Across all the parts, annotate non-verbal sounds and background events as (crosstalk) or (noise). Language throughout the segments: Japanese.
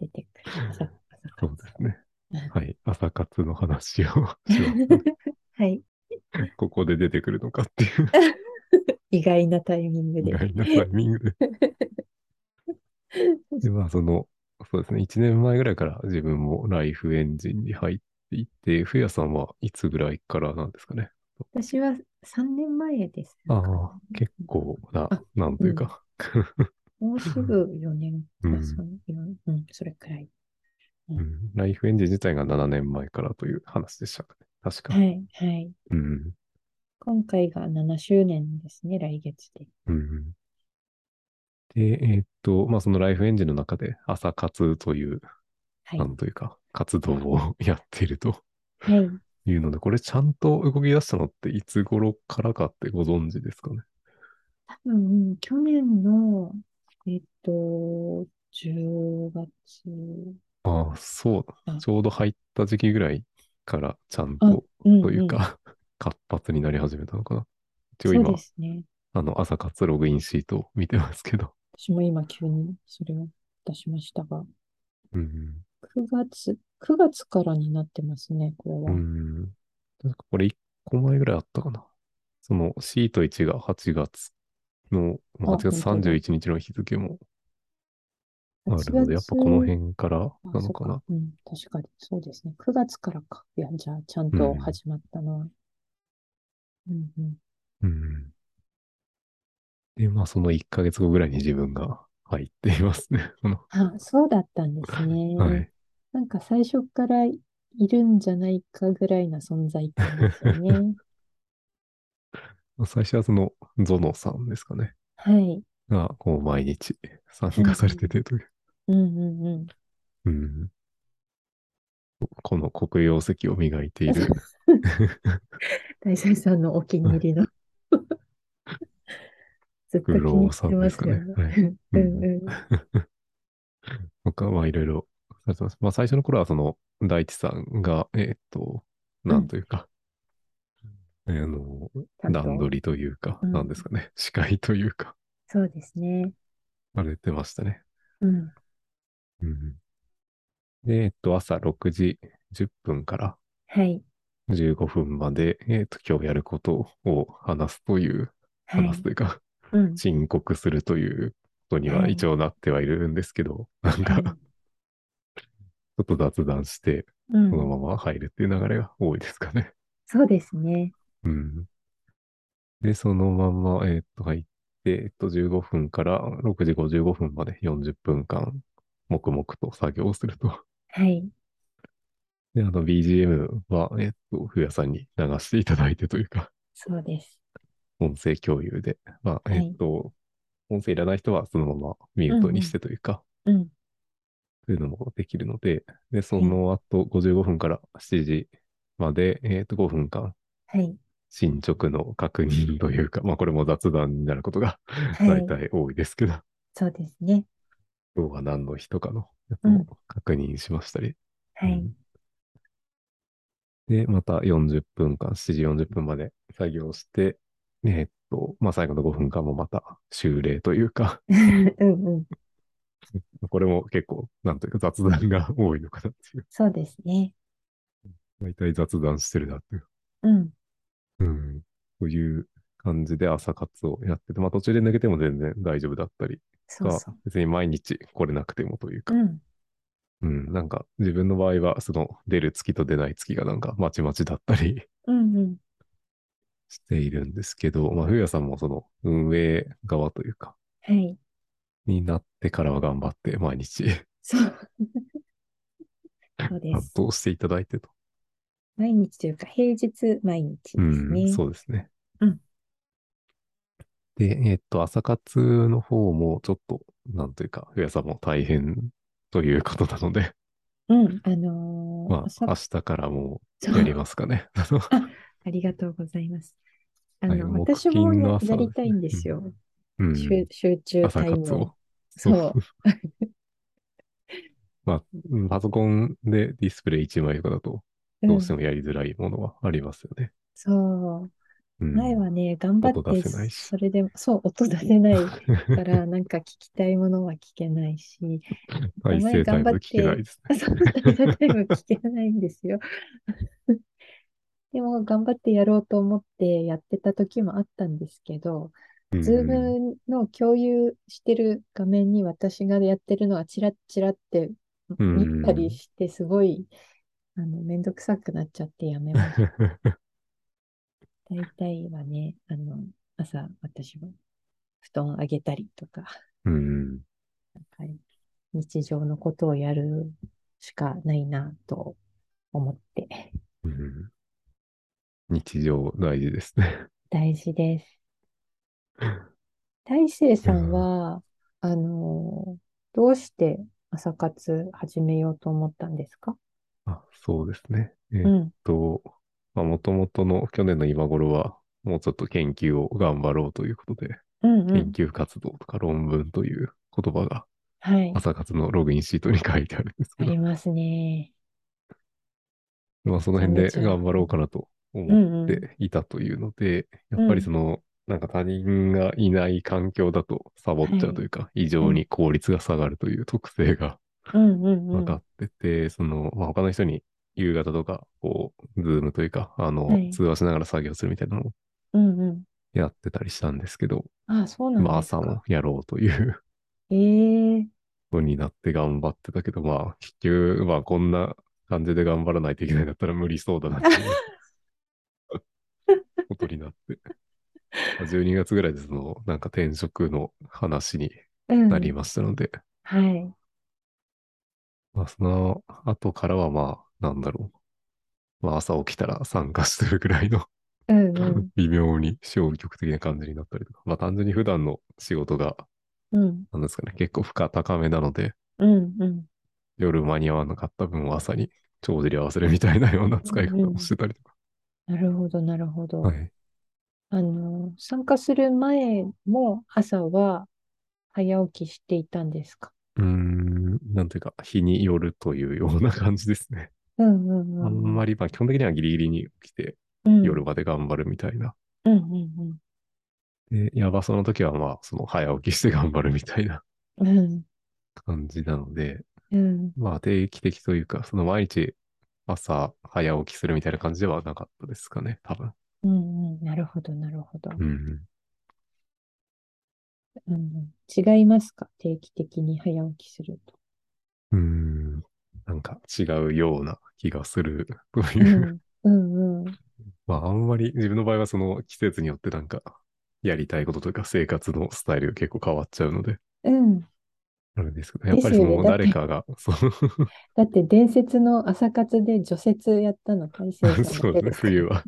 出てくる。朝そうですねうん。はい。朝活の話をしま (laughs) はい。すここで出てくるのかっていう意外なタイミング意で。外なタイミング (laughs) で。で、まあ、その、そうですね。1年前ぐらいから自分もライフエンジンに入っていて、ふやさんはいつぐらいからなんですかね。私は3年前です。ああ、結構な、なんというか。もうすぐ4年か、うんそん四うん、それくらい。うん、ライフエンジン自体が7年前からという話でしたかね。確か。はい、はい。うん。今回が7周年ですね、来月で。うんで、えーっと、まあ、そのライフエンジンの中で朝活という、はい。なんというか、活動をやっているとはい。いうので、これちゃんと動き出したのっていつ頃からかってご存知ですかね。多分、去年の、えっと、10月、ああ、そううだ。んちょうど入った時期ぐらいからちゃうんんとうんといううん、か、 (laughs) 活発になり始めたのかな。一応そう今で、すね。あの、朝活ログインシートを見てます (laughs) けど。私も今急にそれを出しましたが、うん。 9月、9月からになってますね、これうは。ん。確かこれ1個前ぐらいあったかな。そのシート1が8月の、まああ8月本当だ31日の日付もあ8るので、やっぱこの辺からあなそのうかな。。うん、確かに、そうですね。9月からか。いや、じゃあ、ちゃんと始まったのは。うん、うん、うん。で、まあその1ヶ月後ぐらいに自分が入っていますね。 (laughs) このあ、そうだったんですね。はい。なんか最初からいるんじゃないかぐらいな存在感ですよ (laughs) ね。まあ最初はそのゾノさんですかね。はい。が、こう毎日参加されててという。うんうんうん。うん。この黒曜石を磨いている。大斎さんのお気に入り (laughs) の。ずっと気に入ってますよグローさんですかね。 (laughs) うはんいうん。他はいろいろやってます。まあ最初の頃はその大地さんが、えーっと、んなんというか、えーあの、担当段取りというか、うんなんですかね、司会というか、そうですね。されてましたね。うん。うん、で、えーっと、朝6時10分からはい。 15分まで、えーっと、今日やることを話すという、はい。話すというか、うん。申告するということにははい一応なってはいるんですけど、なんか、はちいょっと雑談して、うんそのまま入るっていう流れが多いですかね。そうですね。うん。で、そのまま、えーっと、入って、えーっと、15分から6時55分まで40分間、黙々と作業をすると。はい。で、あの、BGM は、えーっと、ふやさんに流していただいてというか、 (laughs) そうです。音声共有で、まあ、はえいーっと、音声いらない人はそのままミュートにしてというか、うん。というのもできるので、で、その後、55分から7時まで、えーっと、5分間、はい。進捗の確認というか、まあ、これも雑談になることが (laughs) は大い。体多いですけど、そうですね。今日は何の日とかのやつうをん確認しましたり。はうい。んで、また40分間、7時40分まで作業して、えーっと、まあ、最後の5分間もまた修例というか、 (laughs) (laughs) うんうん。これも結構、なんというか雑談が多いのかなっていう。そうですね。大体雑談してるなっていう。うん。うん。という感じで朝活をやってて、まあ、途中で抜けても全然大丈夫だったりそが、うそう。別に毎日来れなくてもというかう、ん。うん、なんか自分の場合は、その出る月と出ない月がなんかまちまちだったりうんうん。しているんですけど、まあ、ふうやさんもその運営側というか、はい。になってからは頑張って毎日そう。そうで担す。当していただいてと。毎日というか、平日毎日ですうん、ね。そうですね。うんで、えっと、朝活の方もちょっと、なんというか、ふうやさんも大変ということなので、うん。あのーまあ、朝明日からもそううやりますかね。あのありがとうございます。 (laughs) あはいの、木私も金やの朝やりたいんですよ。うん、集集中朝タイ活ムを (laughs) を。。そう。まあ、うんパソコンでディスプレイ1枚とかだと、うんどうしてもやりづらいものはありますよね。そう。う前ん。はね、頑張っ音出て、せないし。それでも、そう、音出せ (laughs) ないから、なんか聞きたいものは聞けないし、 (laughs) 再前生タ頑イ張ムっ聞けないて、ですね。そう、大学でも聞けないんですよ。 (laughs) でも、頑張ってやろうと思ってやってた時もあったんですけど、うん。 Zoom の共有してる画面に私がやってるのがチラッチラってう見たりん。して、すごい、あの、めんどくさくなっちゃってやめました。大体はね、あの、朝、私は布団あげたりとか、うん。 (laughs) はい、日常のことをやるしかないなと思って、うん日常大事ですね。 (laughs) 大事です。大成いさやんーは、あの、どうして朝活始めようと思ったんですかあ、そうですね。えうーっん、と、まあ、もともとの去年の今頃は、もうちょっと研究を頑張ろうということで、うん、う研ん。究活動とか論文という言葉がはい、朝活のログインシートに書いてあるんですあけど、りますね。まあそめちのゃ辺めでちゃ。頑張う、ろうんかなとう思っん、うん、ていたというので、やっうぱん。りその、なんか他人がいない環境だとサボっはちゃうとい、いうか、異う常ん、に効率が下がるという特性がうん、うん、分うかん。ってて、その、まあ、他の人に夕方とか、こう、ズームというか、あはの、い、通話しながら作業するみたいなのをうん、うん。やってたりしたんですけど、ああ、そうなんまあです朝か。もやろうというええ、ことになって頑張ってたけど、まあ結局、まあこんな感じで頑張らないといけないんだったら無理そうだ (laughs) なということになって、まあ12月ぐらいでその、なんか転職の話にうなりん、ましたので、はい。まあその後からはまあ、なんだろう。まあ朝起きたら参加するぐらいのうんうん。 (laughs) 微妙に消極的な感じになったりとか、まあ単純に普段の仕事が、うん、なんですかね、結構負荷高めなので、うん、うん。夜間に合わなかった分を朝に帳尻合わせるみたいなようなう使いん、う方をしん。てたりとか。なるほど、なるほはど。い。あの、参加する前も朝は早起きしていたんですかうーん、なんていうか、日によるというような感じですね。うんうあんんうんまり、まあ基本的にはギリギリに起きて、うん。う夜んまで頑張るみたいな。うんうんで、やばその時はまあ、その早起きして頑張るみたい (laughs) なうん。うん感じなので、うんまあ定期的というか、その毎日朝早起きするみたいな感じではなかったですかね、多分。うんうん。なるほど、なるほど。うん。うんうん、違いますか定期的に早起きすると。うーん。なんか違うような気がするとういう。ん、うんうん。まああんまり自分の場合はその季節によってなんかやりたいことというか生活のスタイルが結構変わっちゃうので、うん。あれですけど、やっでぱすりそよね。のだっ誰て、かが、そのだって伝説の朝活で除雪やったの大成さんだ (laughs) そうでけすね、ですか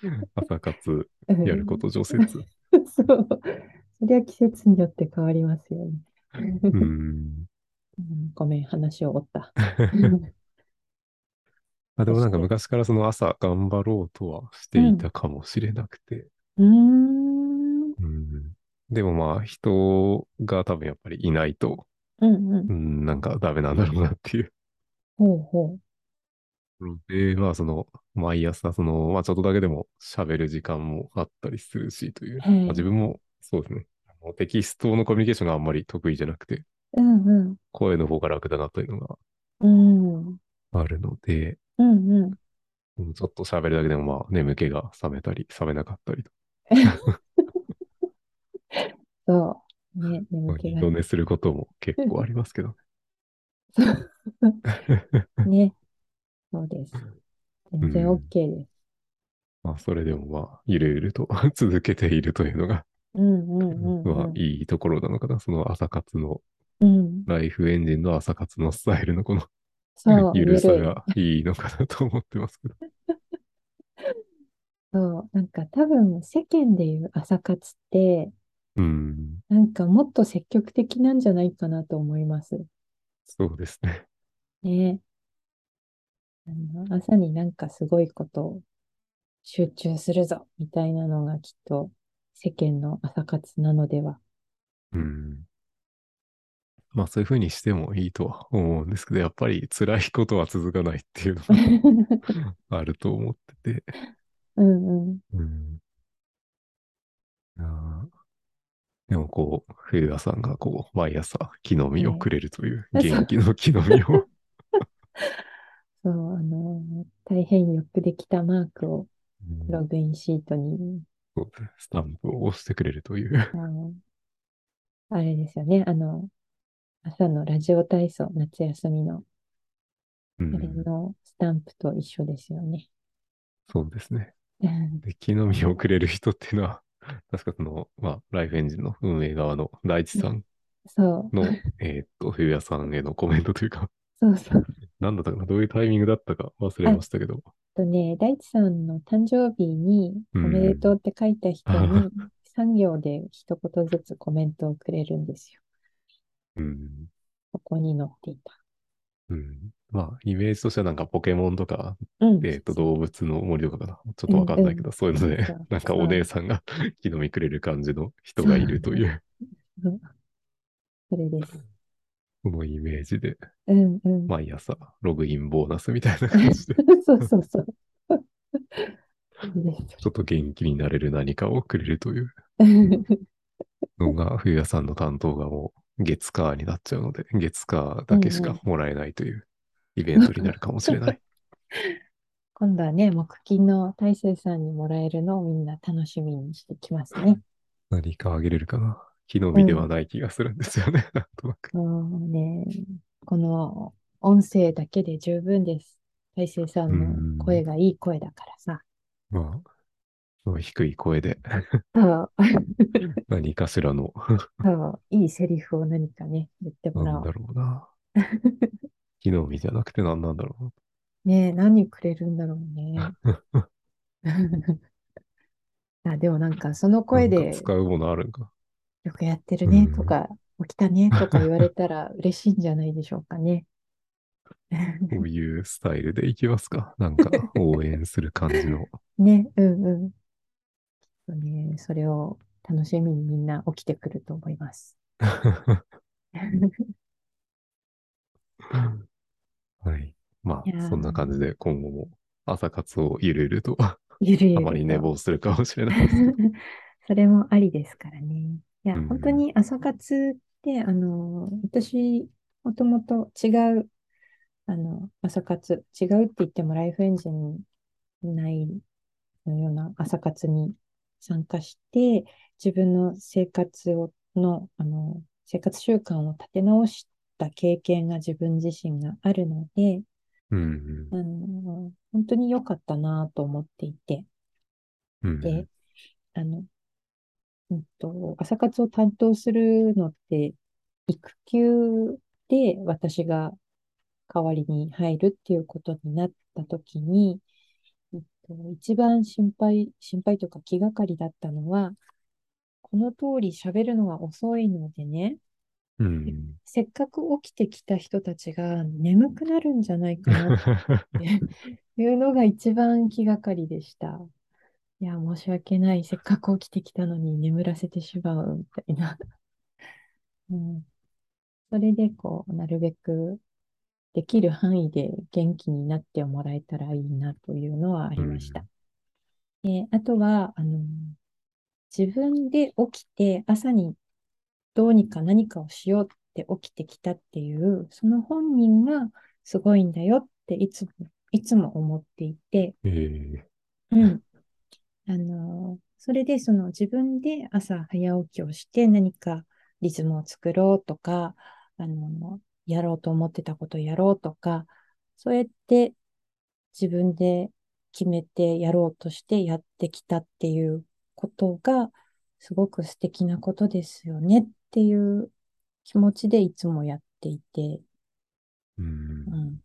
冬ら。は朝活うやるこん。と除雪。そう。そりゃ季節によって変わりますよね。うーうん。んごめん、話を折った。 (laughs) まあでそもしなんかて、昔からその朝頑張ろうとはしうていん。たかもしれなくて。うーん。うんうん。でもまあ人が多分やっぱりいないと、う。うんん、なんかダメなんだろうなっていうほうほので、まあその、毎朝その、まあちょっとだけでも喋る時間もあったりするしという、う。はまあ自い。分もそうですね、あのテキストのコミュニケーションがあんまり得意じゃなくて、うん声の方が楽だなというのがうん。うん。あるので、うんうん。うんちょっと喋るだけでもまあ眠気が覚めたり、覚めなかったりと、そう。 (laughs) ね、眠まあ気二が度ね。寝することも結構あります (laughs) けどそう。ね。ね、そうです。う全然 OK ん。です。まあ、それでもまあ、ゆるゆると (laughs) 続けているというのが、うんうんうまあ、んうん。いいところなのかな。その朝活の、うん。ライフエンジンの朝活のスタイルのこのそう、 (laughs) ゆるゆさるい。がいいのかなと思ってますけど。 (laughs) そう。なんか多分世間でいう朝活って、うん。なんかもっと積極的なんじゃないかなと思います。そうですね。ね。あの、朝になんかすごいことを集中するぞみたいなのがきっと世間の朝活なのでは。うん。まあ、そういうふうにしてもいいとは思うんですけど、やっぱり辛いことは続かないっていうのが (laughs) あると思ってて。うんうん。うん。あーでもこう、冬田さんがこう、毎朝木の実をくれるという、ええ元気の木の実を。そう、あの、大変よくできたマークをうんログインシートに、スタンプを押してくれるという。あの、あれですよね、あの、朝のラジオ体操、夏休みの、あうれん、のスタンプと一緒ですよね。 (laughs) そうですね。で、木の実をくれる人っていうのは、 (laughs) 確かその、まあ、ライフエンジンの運営側の大地さんそう、の、えーっと、冬屋さんへのコメントというか、 (laughs) そうそう。なんだったかな、どういうタイミングだったか忘れましたけど、えっとね、大地さんの誕生日におうんめでとうって書いた人に、3行で一言ずつコメントをくれるんですよ。うん、ここに載っていた。うん。まあ、イメージとしてはなんかポケモンとか、うん。えーっと、動物の森とかかな。ちょっとわかんないけど、そういうので、そう (laughs) なんかお姉さんが (laughs) 木の実くれる感じの人がいるという、うんそれです。このイメージで、うんうん。毎朝、ログインボーナスみたいな感 (laughs) じで、 (laughs) そうそうそう。それですちょっと元気になれる何かをくれるというのが、冬屋さんの担当がもう月カーになっちゃうので、月カーだけしかもらえないというイベントになるかもしれない。 (laughs) 今度はね、木金の大成さんにもらえるのをみんな楽しみにしてきますね。何かあげれるかな。木の実ではない気がするんですよね、なんとなく。もうね、この音声だけで十分です。大成さんうんの声がいい声だからさ。まあ、その低い声でそう、 (laughs) 何かしらの、そういいセリフを何かね、言ってもらなおんだろうな。木の実じゃなくて何なんだろうな。う。ねえ何くれるんだろうね。 (laughs) あでもなんか、その声なんでか使うものあるんか。よくやってるねうんとか、起きたねとか言われたら嬉しいんじゃないでしょうかね。こういうスタイルでいきますか。なんか応援する感じの。 (laughs) ね、うんうん。きっとね、それを楽しみにみんな起きてくると思います。 (laughs) はい。まいやあ、ーそんな感じで今後も朝活をゆるゆると、ゆるゆあるまりと寝坊するかもしれない。 (laughs) それもありですからね。いや、うん本当に朝活って、あの、私、もともと違う、あの、朝活、違うって言ってもライフエンジン内のような朝活に参加して、自分の生活を、の、あの、生活習慣を立て直した経験が自分自身があるので、うんあの、本当に良かったなと思っていて、うん。うんで、あの、うんと、朝活を担当するのって、育休で私が代わりに入るっていうことになったときに、うんと、一番心配、心配というか気がかりだったのは、この通り喋るのが遅いのでね、うん。 (laughs) せっかく起きてきた人たちが眠くなるんじゃないかなっていうのが一番気がかりでした。いや、申し訳ない。せっかく起きてきたのに眠らせてしまうみたいな。 (laughs) うん、それで、こう、なるべくできる範囲で元気になってもらえたらいいなというのはありました。であとは、あの、自分で起きて朝にどうにか何かをしようって起きてきたっていう、その本人がすごいんだよっていつも、いつも思っていて、ええうん。あの、それでその自分で朝早起きをして何かリズムを作ろうとか、あの、やろうと思ってたことをやろうとか、そうやって自分で決めてやろうとしてやってきたっていうことがすごく素敵なことですよねっていう気持ちでいつもやっていて、うんう。ん。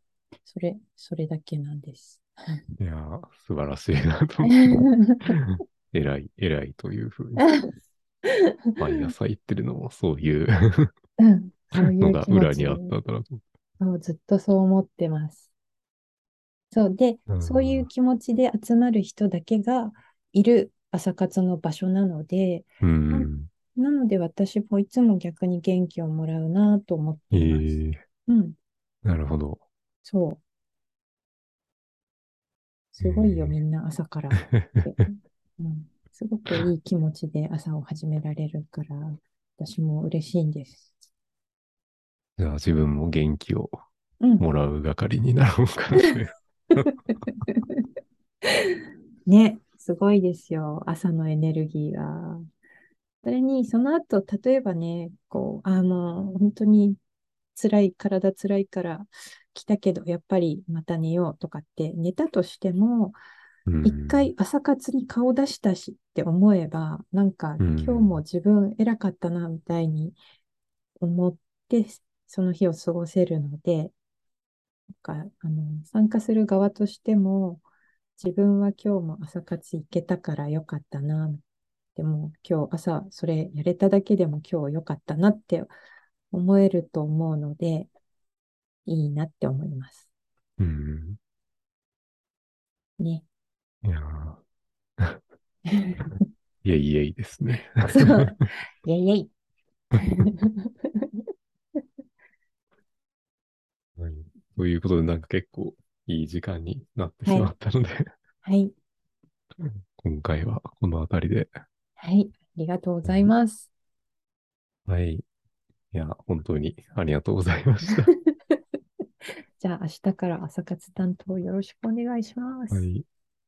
それ、それだけなんです。いやー、素晴らしいなと思って。 (laughs) (laughs) 偉い、偉いというふうに、毎朝言ってるのも、そ (laughs) ういう (laughs) うんそういのうが気持裏ちにあったんだなと。そう、ずっとそう思ってます。そうで、うんそういう気持ちで集まる人だけがいる朝活の場所なので、うん。なので私もいつも逆に元気をもらうなと思ってええいます。うん、なるほど。そう。すごいよ、うんみんな朝 (laughs) からって。うん、すごくいい気持ちで朝を始められるから、私も嬉しいんです。じゃあ自分も元気をうん。もらう係になろうかなという。ね、すごいですよ、朝のエネルギーが。それに、その後、例えばね、こう、あの、本当に辛い、体辛いから来たけど、やっぱりまた寝ようとかって寝たとしても、うん (laughs) 一回朝活に顔出したしって思えば、なんかうん今日も自分偉かったなみたいに思って、その日を過ごせるので、なんかあの参加する側としても、自分は今日も朝活行けたからよかったな。でも今日朝それやれただけでも今日良かったなって思えると思うので、いいなって思います。うん (laughs) ね。いやーイエイイエイですね。 (laughs) そう。イェイイェイ。うんということで、なんか結構いい時間になってしまったので、はい。今回はこの辺りで。はい。ありがとうございます。はい。いや、本当にありがとうございました。じゃあ、明日から朝活担当よろしくお願いします。 (laughs) はい。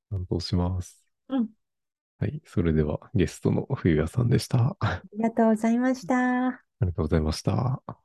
担当します。うんはい。それではゲストの冬谷さんでした。あありがとうございました。りがとうございました。